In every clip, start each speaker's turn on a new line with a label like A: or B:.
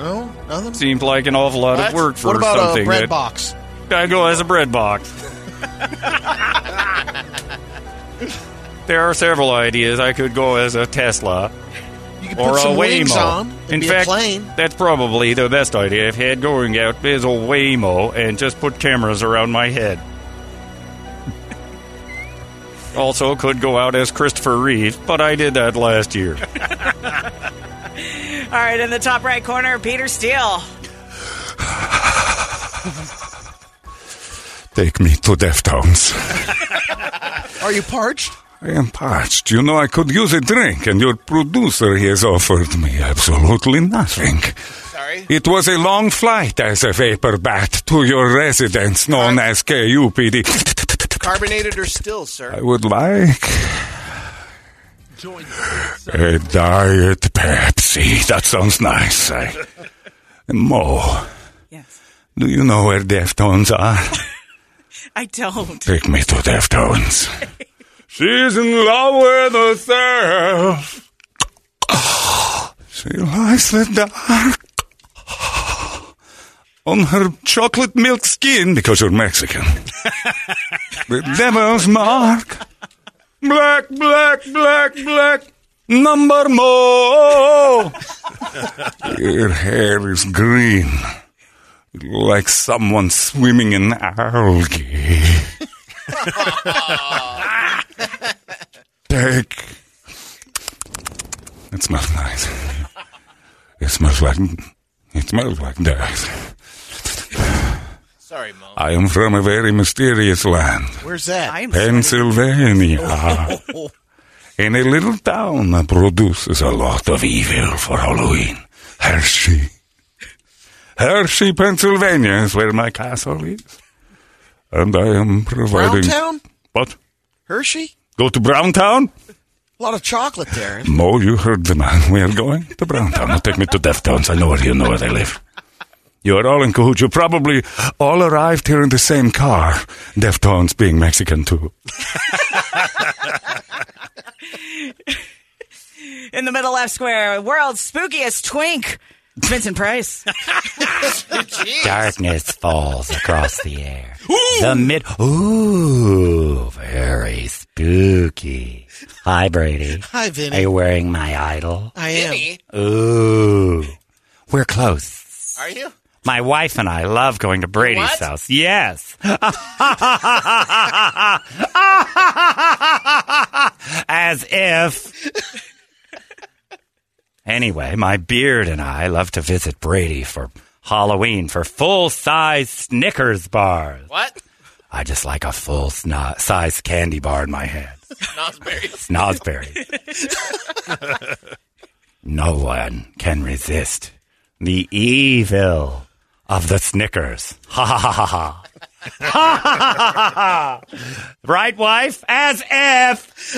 A: No, nothing.
B: seems like an awful lot
A: What?
B: of work for
A: what about
B: something
A: a bread
B: that
A: box?
B: I go as a bread box. there are several ideas. I could go as a Tesla
A: You can
B: or
A: put
B: a
A: some wings
B: Waymo.
A: on. It'd
B: In
A: be
B: fact,
A: a plane.
B: that's probably the best idea I've had going out is a Waymo and just put cameras around my head. also, could go out as Christopher Reeve, but I did that last year.
C: All right, in the top right corner, Peter Steele.
D: Take me to Deftones.
A: Are you parched?
D: I am parched. You know, I could use a drink, and your producer has offered me absolutely nothing.
A: Sorry.
D: It was a long flight as a vapor bat to your residence known as KUPD.
A: Carbonated or still,
D: I
A: sir?
D: would like a diet Pepsi. That sounds nice. I, and Mo,
C: Yes.
D: do you know where Deftones are?
C: I don't.
D: Take me to Deftones. She's in love with herself. She likes the dark on her chocolate milk skin because you're Mexican. the devil's mark. Black, black, black, black. Number more. Your hair is green, like someone swimming in algae. Take. It smells nice. It smells like. It smells like death.
A: Sorry, Mom.
D: I am from a very mysterious land.
A: Where's that?
C: I'm
D: Pennsylvania. In a little town that produces a lot of evil for Halloween. Hershey. Hershey, Pennsylvania is where my castle is. And I am providing.
A: Browntown?
D: What?
A: Hershey?
D: Go to Browntown?
A: A lot of chocolate there.
D: Mo, you heard the man. We are going to Browntown. Now take me to Deftones. I know where you know where they live. You are all in cahoots. You probably all arrived here in the same car. Deftones being Mexican too.
C: In the middle left square, world's spookiest twink, Vincent Price.
E: Darkness falls across the air. The mid. Ooh, very spooky. Hi, Brady.
A: Hi, Vinny.
E: Are you wearing my idol?
A: I am.
E: Ooh, we're close.
A: Are you?
E: My wife and I love going to Brady's
A: What?
E: house. Yes. As if. Anyway, my beard and I love to visit Brady for Halloween for full size Snickers bars.
A: What?
E: I just like a full sno- size candy bar in my head.
A: Nosberries.
E: Snosberry. no one can resist the evil of the Snickers. Ha ha ha ha ha. Ha, ha, ha, ha, ha. Right, wife? As if.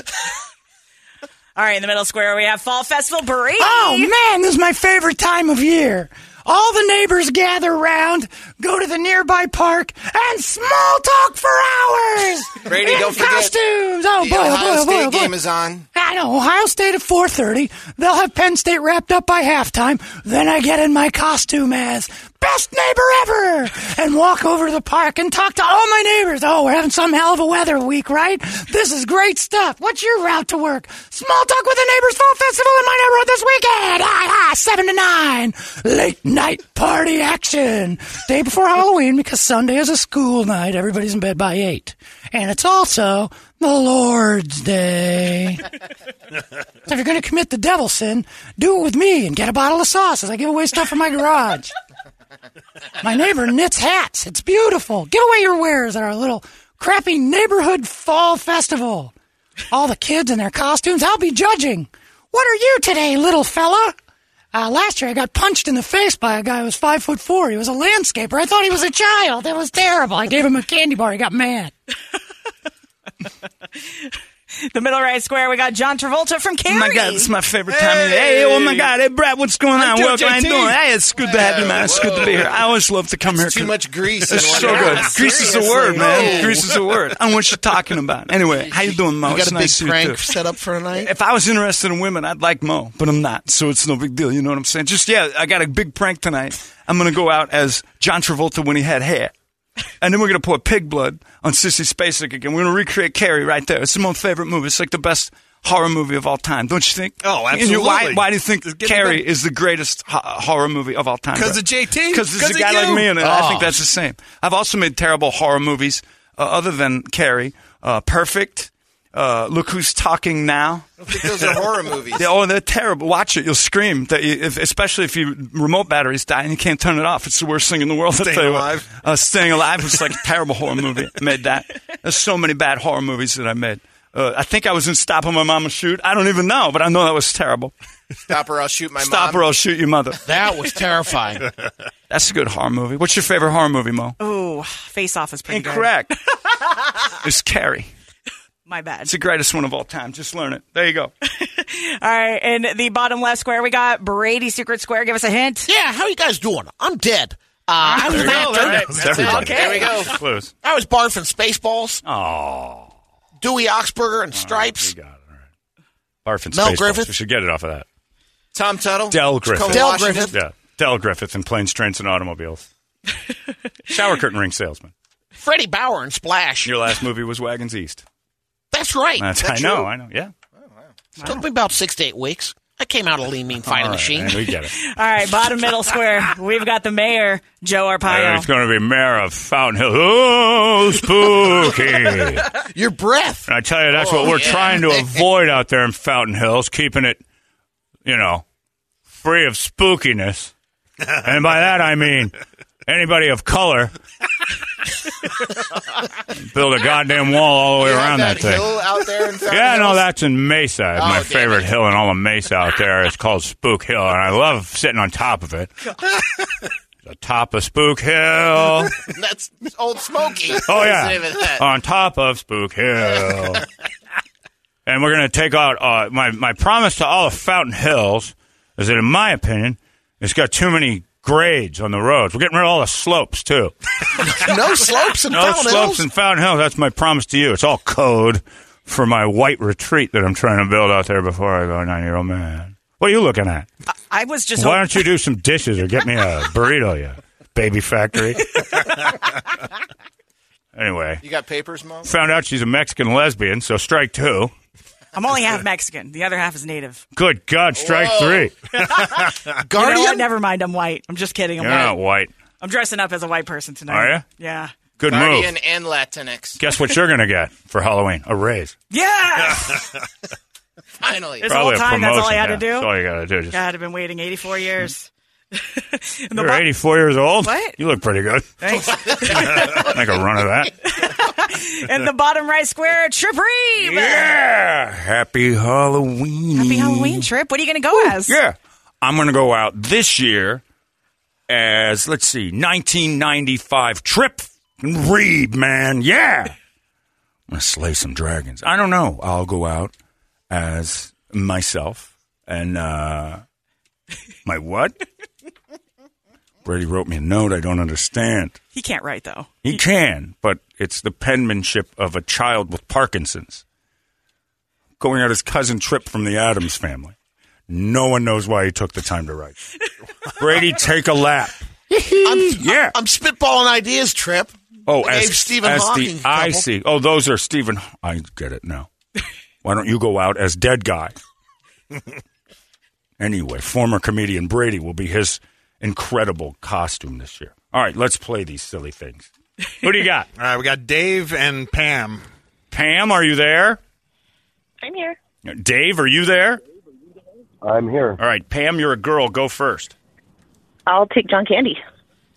C: All right, in the middle square, we have Fall Festival Burrito.
E: Oh, man, this is my favorite time of year. All the neighbors gather round, go to the nearby park, and small talk for hours.
A: Brady,
E: in
A: don't forget,
E: costumes. Oh,
A: The
E: boy, oh, boy,
A: Ohio
E: oh, boy,
A: State
E: oh, boy.
A: game is on.
E: I know Ohio State at 4:30. They'll have Penn State wrapped up by halftime. Then I get in my costume as best neighbor ever and walk over to the park and talk to all my neighbors. Oh, we're having some hell of a weather week, right? This is great stuff. What's your route to work? Small talk with the neighbors fall festival in my neighborhood this weekend. Ah, ah, seven to nine. Late night party action. Day before Halloween because Sunday is a school night. Everybody's in bed by eight, and it's also the Lord's Day. So if you're going to commit the devil sin, do it with me and get a bottle of sauce as I give away stuff from my garage. my neighbor knits hats. It's beautiful. Give away your wares at our little crappy neighborhood fall festival. All the kids in their costumes, I'll be judging. What are you today, little fella? Uh, last year, I got punched in the face by a guy who was five foot four. He was a landscaper. I thought he was a child. It was terrible. I gave him a candy bar. He got mad.
C: The middle right square, we got John Travolta from Carrie.
F: Oh my god, this is my favorite time of the Hey, oh my god, hey Brad, what's going on?
A: doing
F: Welcome, how you
A: JT.
F: doing? Hey, it's good to have you, man. It's good to be here. I always love to come here.
A: Too
F: 'cause-
A: much grease. in
F: It's
A: one
F: so
A: area.
F: good. Grease is the
A: Seriously.
F: word, man.
A: No.
F: Grease is the word. I know what you're talking about. Anyway, how you doing, Mo?
A: You got
F: It's
A: a big
F: nice to see you,
A: prank
F: too.
A: set up for tonight?
F: If I was interested in women, I'd like Mo, but I'm not, so it's no big deal. You know what I'm saying? Just yeah, I got a big prank tonight. I'm gonna go out as John Travolta when he had hair, and then we're gonna pour pig blood on Sissy Spacek again. We're gonna recreate Carrie right there. It's my favorite movie. It's like the best horror movie of all time, don't you think?
G: Oh,
F: And you- Why,
G: absolutely.
F: why do you think
G: Just get
F: Carrie
G: back-
F: is the greatest ho- horror movie of all time?
G: 'Cause of JT.
F: Because there's
G: 'Cause
F: a
G: of
F: guy like
G: you.
F: me, and I think
A: Ah.
G: Oh.
F: that's the same. I've also made terrible horror movies uh, other than Carrie, uh, Perfect. Uh, look who's talking now.
A: I think those are horror movies.
F: They, oh, they're terrible. Watch it. You'll scream. That you, if, especially if your remote batteries die and you can't turn it off. It's the worst thing in the world. I'll
G: Staying
F: tell you what.
G: Alive.
F: Uh, Staying Alive was like a terrible horror movie. I made that. There's so many bad horror movies that I made. Uh, I think I was in Stop or My Mama Shoot. I don't even know, but I know that was terrible.
A: Stop or I'll shoot my
F: Stop
A: mom.
F: or I'll shoot your mother.
H: That was terrifying.
F: That's a good horror movie. What's your favorite horror movie, Mo?
C: Ooh, face off is pretty good.
F: Incorrect. it's Carrie.
C: My bad.
F: It's the greatest one of all time. Just learn it. There you go.
C: All right, in the bottom left square, we got Brady Secret Square. Give us a hint.
H: yeah, how you guys doing? I'm dead. Uh, I was an actor.
I: Everybody.
A: There we go.
I: Clues.
H: I was barred from Spaceballs,
I: Oh.
H: Dewey Oxburger, and Stripes.
I: Barf and
H: Mel
I: Spaceballs.
H: Griffith?
I: We should get it off of that.
A: Tom Tuttle.
I: Del Griffith.
A: Tacoma,
H: Del
A: Washington.
H: Griffith.
I: Yeah. Del Griffith in Planes, Trains, and Automobiles. Shower curtain ring salesman.
H: Freddie Bauer and Splash.
I: Your last movie was Wagons East.
H: That's right.
I: That's, I know. I know. Yeah.
H: Took me about six to eight weeks. I came out of Lean Mean Fighting
I: All right,
H: Machine.
I: man, we get it.
C: All right, bottom middle square, we've got the mayor, Joe
I: Uh, It's
C: Arpaio.
I: going to be mayor of Fountain Hill. Oh, spooky.
H: Your breath.
I: And I tell you, that's what we're trying to avoid out there in Fountain Hills, keeping it, you know, free of spookiness. and by that, I mean anybody of color. Build a goddamn wall all the way
A: You have
I: around that,
A: that,
I: thing.
A: hill out there in Fountain
I: Yeah, no,
A: Hills?
I: that's in Mesa. It's
A: Oh,
I: my
A: damn
I: favorite
A: it.
I: hill in all of Mesa out there. It's called Spook Hill, and I love sitting on top of it. the top of Spook Hill.
A: That's Old Smoky.
I: Oh
A: Save it that.
I: yeah, on top of Spook Hill. and we're gonna take out uh, my my promise to all of Fountain Hills is that, in my opinion, it's got too many grades on the roads. We're getting rid of all the slopes too.
H: No slopes and
I: Oh, No
H: Fountain
I: slopes
H: Hills.
I: in Fountain Hills. That's my promise to you. It's all code for my white retreat that I'm trying to build out there before I go a nine year old man. What are you looking at?
C: I was just
I: Why don't you do some dishes or get me a burrito, you baby factory? anyway.
A: You got papers, Mom?
I: Found out she's a Mexican lesbian, so strike two.
C: I'm only half Mexican. The other half is native.
I: Good God, strike
A: Whoa.
I: three.
C: You know
H: Guardian.
C: what? Never mind. I'm white. I'm just kidding. I'm
I: You're
C: white.
I: not white.
C: I'm dressing up as a white person tonight.
I: Are ya?
C: Yeah.
I: Good
A: Guardian
I: move.
A: and Latinx.
I: Guess what you're going to get for Halloween? A raise.
C: Yeah.
A: Finally.
C: It's- This whole
I: a
C: time, that's all I had to
I: promotion,
C: do?
I: yeah. That's all you got to do. Just,
C: God, I've been waiting 84 years. And the
I: you're
C: bo-
I: 84 years old.
C: What?
I: You look pretty good.
C: Thanks.
I: Make a run of that.
C: and the bottom right square, Trip Reeve.
I: yeah. Happy Halloween.
C: Happy Halloween, Trip. What are you going to go as?
I: Yeah. I'm going to go out this year as, let's see, 1995 Trip Reed, man. Yeah. I'm going to slay some dragons. I don't know. I'll go out as myself and uh, my what? Brady wrote me a note I don't understand.
C: He can't write, though.
I: He can, but it's the penmanship of a child with Parkinson's. Going out his cousin Trip from the Adams family. No one knows why he took the time to write. Brady, take a lap.
H: I'm,
I: Yeah.
H: I'm spitballing ideas, Trip.
I: Oh,
H: I
I: as,
H: gave Stephen
I: as
H: Hawking
I: the
H: a
I: I
H: couple.
I: see. Oh, those are Stephen. I get it now. Why don't you go out as dead guy? anyway, former comedian Brady will be his incredible costume this year. All right, let's play these silly things. Who do you got?
G: All right, we got Dave and Pam.
I: Pam, are you there?
J: I'm here.
I: Dave, are you there?
D: I'm here.
I: All right, Pam, you're a girl. Go first.
J: I'll take John Candy.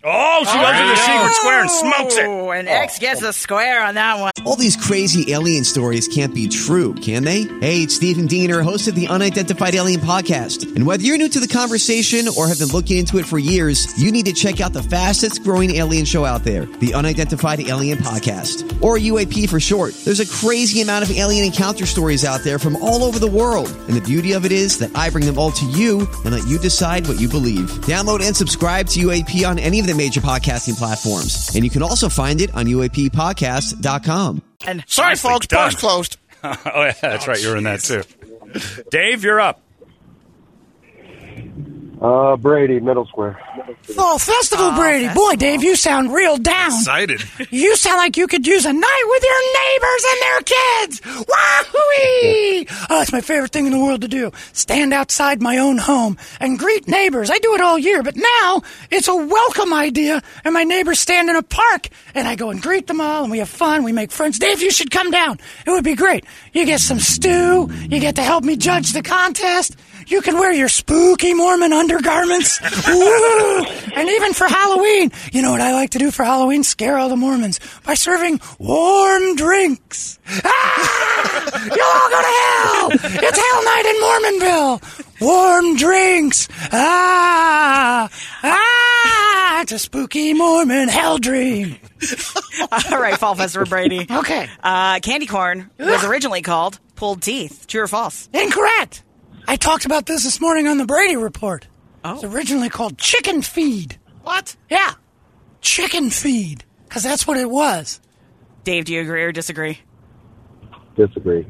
I: Oh, she goes to the secret square and smokes it.
C: Ooh, and X gets a square on that one.
J: All these crazy alien stories can't be true, can they? Hey, it's Stephen Diener, host of the Unidentified Alien Podcast. And whether you're new to the conversation or have been looking into it for years, you need to check out the fastest growing alien show out there, the Unidentified Alien Podcast, or UAP for short. There's a crazy amount of alien encounter stories out there from all over the world. And the beauty of it is that I bring them all to you and let you decide what you believe. Download and subscribe to UAP on any of the major podcasting platforms. And you can also find it on UAPpodcast.com.
C: And
A: Sorry, folks,
I: done.
A: bar's closed.
I: oh yeah, that's right. You're in that too. Dave, you're up.
K: Uh, Brady, middle square.
E: Oh, Festival Brady. Boy, Dave, you sound real down.
G: Excited.
E: You sound like you could use a night with your neighbors and their kids. Wahooey! Oh, it's my favorite thing in the world to do. Stand outside my own home and greet neighbors. I do it all year, but now it's a welcome idea, and my neighbors stand in a park, and I go and greet them all, and we have fun, we make friends. Dave, you should come down. It would be great. You get some stew, you get to help me judge the contest. You can wear your spooky Mormon undergarments. Woo! And even for Halloween, you know what I like to do for Halloween? Scare all the Mormons by serving warm drinks. Ah! You'll all go to hell! It's Hell Night in Mormonville! Warm drinks! Ah! Ah! It's a spooky Mormon hell dream.
C: All right, Fall Festival Brady.
E: Okay.
C: Uh, candy corn was originally called pulled teeth. True or false?
E: Incorrect! I talked about this this morning on the Brady Report.
C: Oh.
E: It's originally called chicken feed.
C: What?
E: Yeah. Chicken feed. Because that's what it was.
C: Dave, do you agree or disagree?
K: Disagree.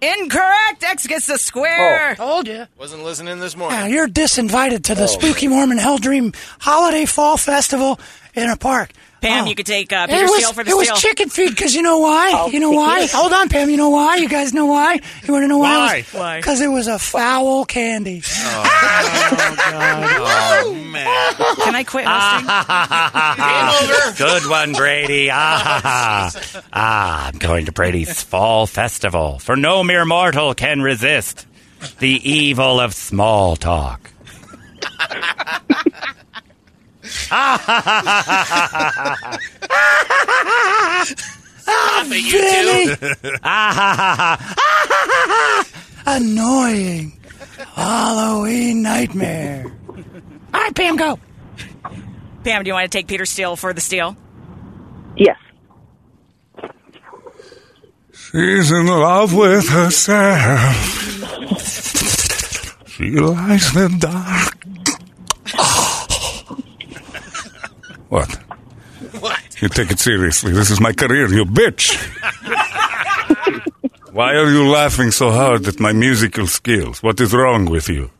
C: Incorrect. X gets the square.
E: Told you.
A: Wasn't listening Oh. this
E: Now
C: Ah,
A: morning.
E: you're disinvited to the Spooky Mormon Hell Dream Holiday Fall Festival in a park.
C: Pam,
E: Oh.
C: you could take uh,
E: it
C: Peter
E: was,
C: Steele for the
E: it was
C: steal.
E: chicken feed because you know why? you know why? Hold on, Pam. You know why? You guys know why? You want to know why?
C: Why? Why?
E: Because it was a foul candy.
G: Oh, man.
C: Can I quit hosting?
I: Good one, Brady. Ah, ah, I'm going to Brady's Fall Festival, for no mere mortal can resist the evil of small talk.
E: Really? Ah, Annoying Halloween nightmare. All right, Pam, go.
C: Pam, do you want to take Peter Steele for the steal?
L: Yes.
D: She's in love with herself. She lies in the dark. what?
A: What?
D: You take it seriously. This is my career, you bitch. Why are you laughing so hard at my musical skills? What is wrong with you?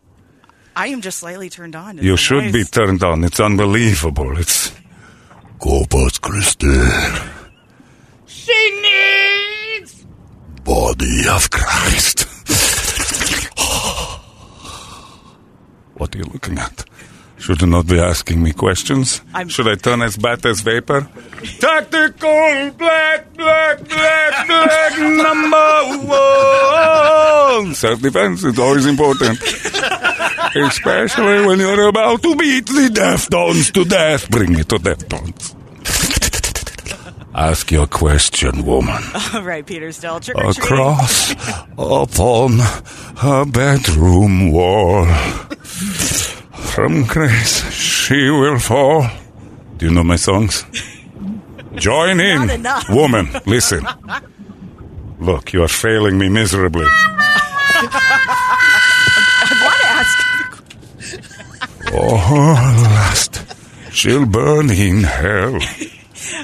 C: I am just slightly turned on.
D: You should be turned on. It's unbelievable. It's Corpus Christi. She needs body of Christ. what are you looking at? Should you not be asking me questions?
C: I'm-
D: Should I turn as bad as vapor? Tactical black, black, black, black number one. Self defense is always important. Especially when you're about to beat the Deftones to death. Bring me to Deftones. Ask your question, woman.
C: All right, Peter Steele. Trick or treat.
D: Across upon her bedroom wall. From grace she will fall. Do you know my songs? Join in,
C: enough.
D: woman. Listen. Look, you are failing me miserably.
C: I want to ask.
D: Oh, last she'll burn in hell.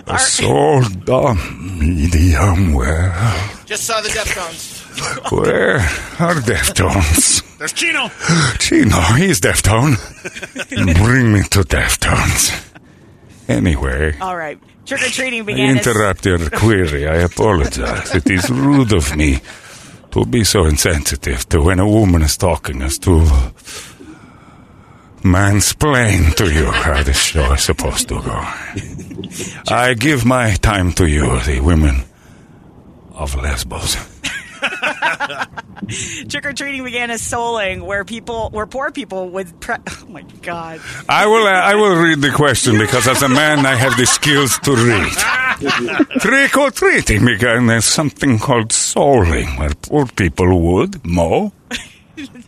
D: A soul dumb medium well.
A: Just saw the Deftones.
D: Where are Deftones?
G: There's Chino.
D: Chino, he's Deftone. Bring me to Deftones. Anyway,
C: All right. Trick or treating
D: I
C: began. as-
D: interrupt your query. I apologize. It is rude of me to be so insensitive to when a woman is talking as to mansplain to you how this show is supposed to go. I give my time to you, the women of Lesbos.
C: Trick or treating began as souling, where people, where poor people would. Pre- oh my god!
D: I will. Uh, I will read the question because as a man, I have the skills to read. Trick or treating, because there's something called souling, where poor people would mow.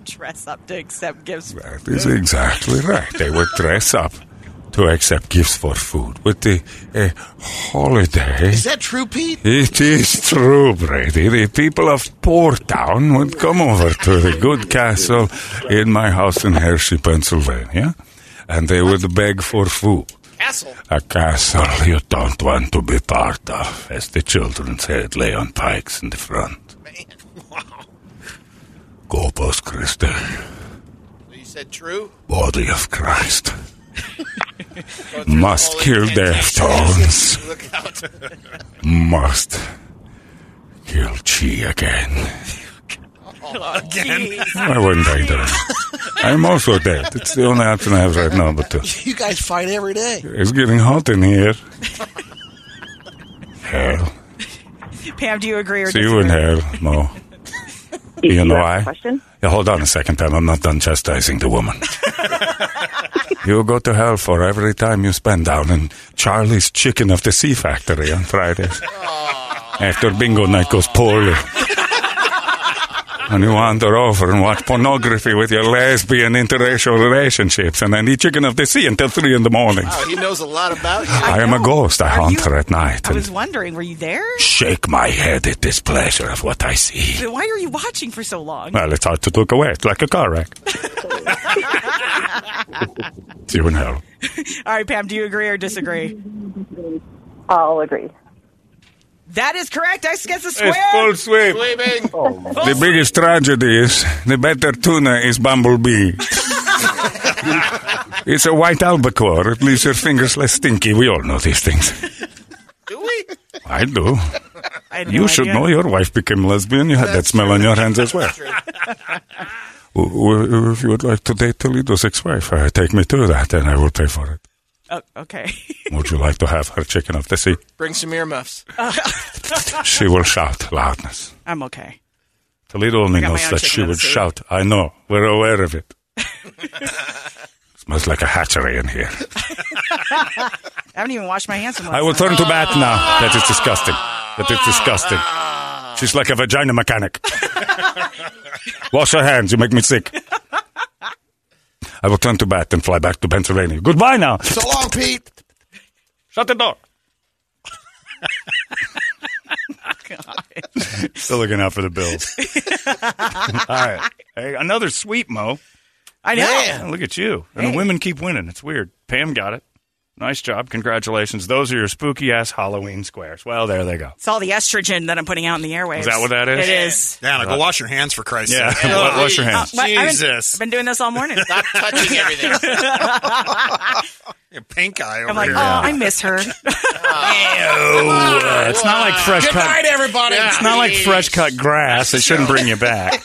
C: Dress up to accept gifts.
D: That is exactly right. They would dress up to accept gifts for food with the uh, holiday.
H: Is that true, Pete?
D: It is true, Brady. The people of Portown would come over to the good castle in my house in Hershey, Pennsylvania, and they would beg for food.
H: Castle.
D: A castle you don't want to be part of, as the children said, lay on pikes in the front. Corpus Christi,
H: You said true?
D: body of Christ,
H: Go through
D: must
H: all
D: kill
H: the
D: their tones.
H: intentions. Look out.
D: must kill Chi again.
H: Again.
D: Why wouldn't I do it? I'm also dead. It's the only option I have right now. But to,
H: You guys fight every day.
D: it's getting hot in here. Hell,
C: Pam, do you agree or
D: see
C: disagree?
D: you in hell, Mo.
C: You-
D: You know
C: you have a
D: why?
C: question?
D: Yeah, hold on a second, Pam. I'm not done chastising the woman. you go to hell for every time you spend down in Charlie's Chicken of the Sea Factory on Fridays. After bingo night goes poorly. And you wander over and watch pornography with your lesbian interracial relationships and then eat chicken of the sea until three in the morning.
H: Wow, Oh, he knows a lot about you.
D: I, am a ghost. I
C: Are
D: haunt
C: you-
D: her at night
C: I
D: and
C: was wondering, were you there?
D: shake my head at displeasure of what I see.
C: Then why are you watching for so long?
D: Well, it's hard to look away. It's like a car wreck. See you in hell.
C: All right, Pam, do you agree or disagree?
L: I'll agree.
C: That is correct. I guess a square.
D: It's full sweep.
H: Sweeping.
D: The biggest tragedy is the better tuna is bumblebee. it's a white albacore. It leaves your fingers less stinky. We all know these things.
H: Do we?
D: I do.
H: I had
D: you
H: no
D: should
H: idea.
D: know your wife became lesbian. You had that smell on your hands as well. W- w- If you would like to date Toledo's ex-wife, uh, take me to that, and I will pay for it.
C: Oh, okay.
D: Would you like to have her chicken of the sea?
H: Bring some earmuffs.
D: She will shout loudness.
C: I'm okay.
D: Toledo only
C: I got my
D: knows
C: own
D: that
C: chicken
D: she
C: of the
D: would
C: sea.
D: shout. I know. We're aware of it. Smells like a hatchery in here.
C: I haven't even washed my hands. in
D: I will turn to bat now. That is disgusting. That is disgusting. She's like a vagina mechanic. Wash your hands. You make me sick. I will turn to bat and fly back to Pennsylvania. Goodbye now.
H: So long, Pete.
D: Shut the door. Still looking out for the bills. All right. Hey, another sweep, Mo.
C: I know.
D: Yeah, look at you. And the women keep winning. It's weird. Pam got it. Nice job. Congratulations. Those are your spooky ass Halloween squares. Well, there they go.
C: It's all the estrogen that I'm putting out in the airwaves.
D: Is that what that is?
C: It is.
G: Yeah, now go wash your hands for Christ's
D: Yeah,
G: sake.
D: wa- wash your hands.
C: Uh, but I've been-
G: Jesus.
C: I've been, doing this all morning. Stop
H: touching everything.
G: Pink eye over
C: I'm like,
G: here.
C: oh, I miss her.
D: Oh, it's not like fresh
H: Good
D: cut.
H: night, everybody.
D: It's not like
H: Jeez.
D: fresh cut grass. It shouldn't bring you back.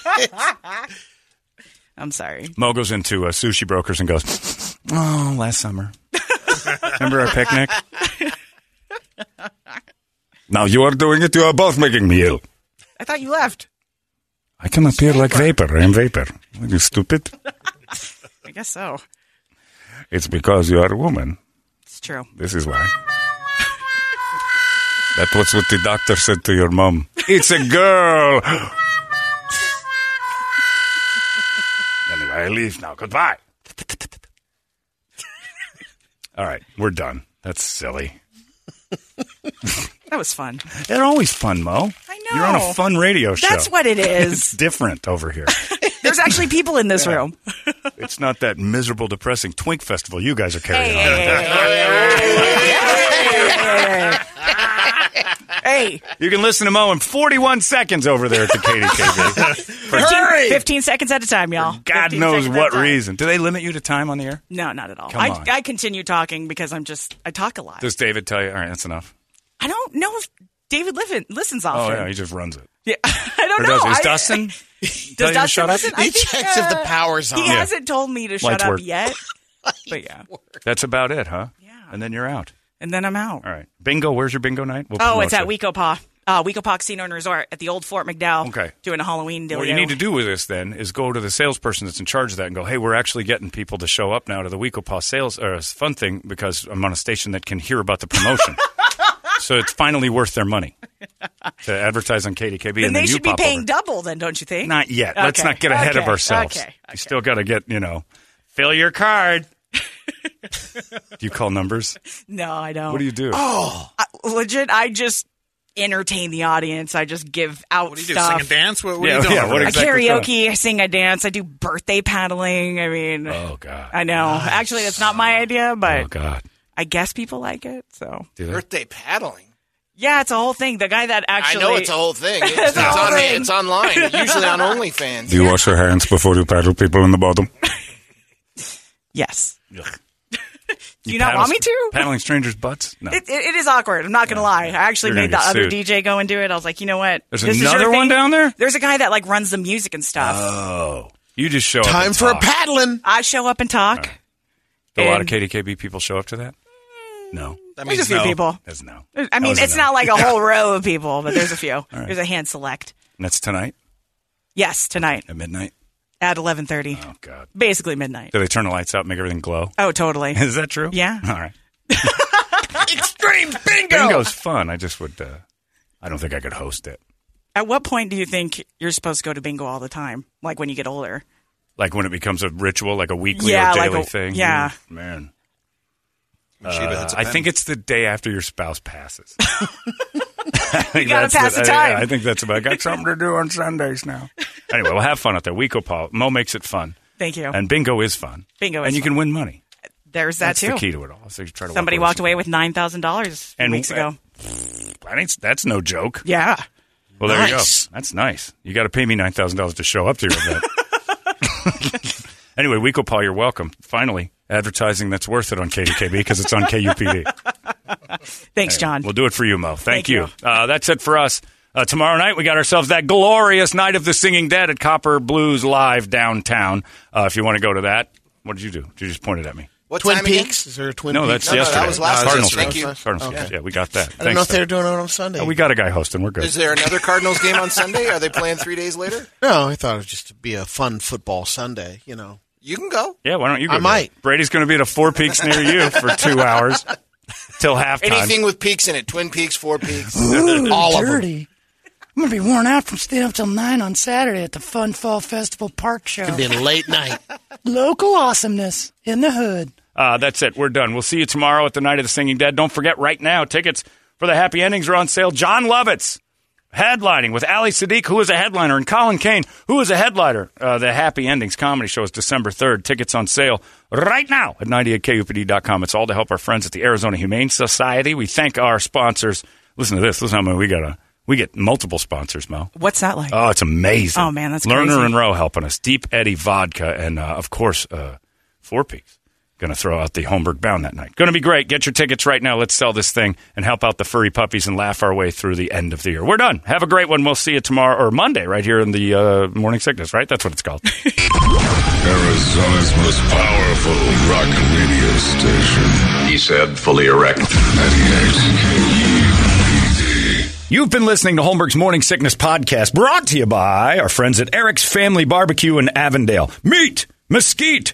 C: I'm sorry.
D: Mo goes into uh, sushi brokers and goes, "Oh, last summer, remember our picnic? Now you are doing it. You are both making me ill.
C: I thought you left.
D: I can appear like vapor. I am vapor. Are you stupid?
C: I guess so.
D: It's because you are a woman.
C: It's true.
D: This is why. that was what the doctor said to your mom. It's a girl. anyway, I leave now. Goodbye. All right, we're done. That's silly.
C: That was fun.
D: They're always fun, Mo. I know. You're on a fun radio show.
C: That's what it is.
D: it's different over here.
C: There's actually people in this
D: Yeah.
C: room.
D: it's not that miserable, depressing twink festival you guys are carrying
C: Hey,
D: on.
C: Hey,
D: You can listen to Mo in 41 seconds over there at the KDKB. For
C: 15, 15 seconds at a time, y'all.
D: God
C: 15
D: knows
C: seconds at
D: what
C: a time.
D: reason. Do they limit you to time on the air?
C: No, not at all.
D: Come
C: I,
D: on.
C: I continue talking because I'm just, I talk a lot.
D: Does David tell you, all right, that's enough?
C: I don't know if David Liven listens
D: Oh,
C: often.
D: yeah, he just runs it.
C: Yeah, I don't
D: Or
C: know.
D: does- is
C: I-
D: Dustin
C: Does
D: tell you to
C: Dustin
D: shut up?
C: listen? I
H: He
C: think,
H: checks if the
C: uh,
H: power's on.
C: He
D: Yeah.
C: hasn't told me to shut
D: Lights
C: up
D: work.
C: yet. but yeah,
D: That's about it, huh? Yeah. And then you're out.
C: and then I'm out.
D: All right. Bingo, where's your bingo night? We'll
C: oh,
D: promote
C: it's at
D: you.
C: Wico Pa. uh, Weekopaw Casino and Resort at the old Fort McDowell.
I: Okay.
C: Doing a Halloween deal.
I: What you need to do with this then is go to the salesperson that's in charge of that and go, hey, we're actually getting people to show up now to the Week Paw sales or it's a fun thing because I'm on a station that can hear about the promotion. so it's finally worth their money to advertise on KDKB.
C: Then
I: and
C: they
I: then you
C: should be
I: pop
C: paying
I: over.
C: double, then, don't you think?
I: Not yet. Let's
C: Okay.
I: not get ahead of
C: Okay.
I: ourselves.
C: Okay.
I: You still got to get, you know, fill your card. do you call numbers?
C: No, I don't.
I: What do you do?
C: Oh, I, legit, I just entertain the audience. I just give out
G: What do you do?
C: stuff.
G: Sing and dance? What, what
I: Yeah,
G: are you doing?
I: yeah,
G: over
I: what
G: there?
I: exactly-
C: I karaoke, I sing, I dance, I do birthday paddling. I mean,
I: oh god,
C: I know. Actually, that's not my idea, but
I: oh god,
C: I guess people like it. So
I: Do they?
A: Birthday paddling.
C: yeah, it's a whole thing. The guy that actually
A: I know it's a whole thing. It's,
C: It's
A: it's,
C: a whole
A: on,
C: thing.
A: it's online. Usually on OnlyFans.
D: Do you wash your hands before you paddle people in the bottom?
C: Yes.
I: Do
C: you not want me to?
I: Paddling strangers' butts? No.
C: It, it, it is awkward. I'm not gonna lie. I actually
I: You're gonna
C: made the
I: get
C: other
I: sued.
C: DJ go and do it. I was like, you know what?
I: There's
C: This is your
I: another one
C: thing.
I: down there?
C: There's a guy that like runs the music and stuff.
I: Oh. You just show up.
H: Time
I: and
H: for a
I: talk.
H: paddling.
C: I show up and talk.
I: Do a lot of
C: And-
I: KDKB people show up to that? No.
C: That There's means a few no. people.
I: That's no.
C: I mean,
I: That was
C: it's
I: a no.
C: not like a whole row of people, but there's a few.
I: right.
C: There's a hand select.
I: And that's tonight
C: Yes, tonight
I: at midnight.
C: at 11:30. Oh
I: God.
C: Basically midnight.
I: Do they turn the lights out and make everything glow?
C: Oh, totally.
I: Is that true?
C: Yeah.
I: All right.
A: Extreme bingo.
I: Bingo's fun. I just would, uh, I don't think I could host it.
C: At what point do you think you're supposed to go to bingo all the time? Like when you get older?
I: Like when it becomes a ritual, like a weekly
C: Yeah,
I: or
C: like
I: daily
C: a-
I: thing.
C: yeah.
I: Mm, Man.
G: Sheba, that's a
I: I
G: pen.
I: think it's the day after your spouse passes. I think
D: You gotta
I: that's
D: pass the
I: I-
D: time.
I: I, think that's about. I got something to do on Sundays now. anyway, we'll have fun out there. Weeko Paul Mo makes it fun,
C: Thank you.
I: and bingo is fun.
C: Bingo
I: and
C: is
I: you can win money.
C: There's that
I: that's
C: too.
I: the key to it all. So you try to walk
C: Somebody
I: away with
C: walked away with nine thousand dollars
I: And- uh,
C: weeks ago.
I: some- That ain't- that's no joke.
C: Yeah.
I: Well, there
C: Nice.
I: you go. That's nice. You got to pay me nine thousand dollars to show up to your event. anyway, Weeko Paul, you're welcome. Finally, advertising that's worth it on KDKB because it's on KUPD.
C: Thanks,
I: Anyway,
C: John.
I: We'll do it for you, Mo. Thank,
C: Thank
I: you. Uh, that's it for us. Uh, tomorrow night, we got ourselves that glorious night of the singing dead at Copper Blues Live downtown. Uh, if you want to go to that, what did you do? Did you just point it at me?
A: What
H: Twin
A: time again?
H: Peaks? Is there a Twin
I: no,
H: Peaks?
I: that's yesterday.
A: that was last
I: Cardinals
A: yesterday.
I: games.
A: Thank you.
I: Cardinals
A: Okay.
I: games. Yeah, we got that.
H: I don't know if
I: Thanks,
H: they were
I: Dave.
H: doing it on Sunday.
I: Uh, we got a guy hosting. We're good.
A: Is there another Cardinals game on Sunday? Are they playing three days later?
H: no, I thought it would just be a fun football Sunday, you know.
A: You can go.
I: yeah, why don't you go?
H: I
I: to
H: might.
I: it? Brady's going to be at a Four Peaks near you for two hours till halftime.
A: Anything with peaks in it. Twin Peaks, Four Peaks.
E: Ooh,
A: All of them.
E: dirty. I'm gonna be worn out from staying up till nine on Saturday at the Fun Fall Festival Park Show.
H: It'd be a late night.
E: Local awesomeness in the hood.
I: Uh, that's it. We're done. We'll see you tomorrow at the Night of the Singing Dead. Don't forget, right now, tickets for the happy endings are on sale. John Lovitz headlining with Ali Sadiq, who is a headliner, and Colin Kane, who is a headliner. Uh, the happy endings comedy show is December 3rd. Tickets on sale right now at 98kupd.com. It's all to help our friends at the Arizona Humane Society. We thank our sponsors. Listen to this. Listen how many we got. uh, We get multiple sponsors, Mo.
C: What's that like?
I: Oh, it's amazing.
C: Oh, man, that's
I: Lerner
C: crazy.
I: and Rowe helping us. Deep Eddy Vodka, and uh, of course, uh, Four Peaks. Going to throw out the Homburg Bound that night. Going to be great. Get your tickets right now. Let's sell this thing and help out the furry puppies and laugh our way through the end of the year. We're done. Have a great one. We'll see you tomorrow or Monday right here in the uh, morning sickness. Right? That's what it's called.
M: Arizona's most powerful rock radio station. He said, fully erect. 98 KUPD.
I: You've been listening to Holmberg's Morning Sickness Podcast, brought to you by our friends at Eric's Family Barbecue in Avondale. Meet, mesquite,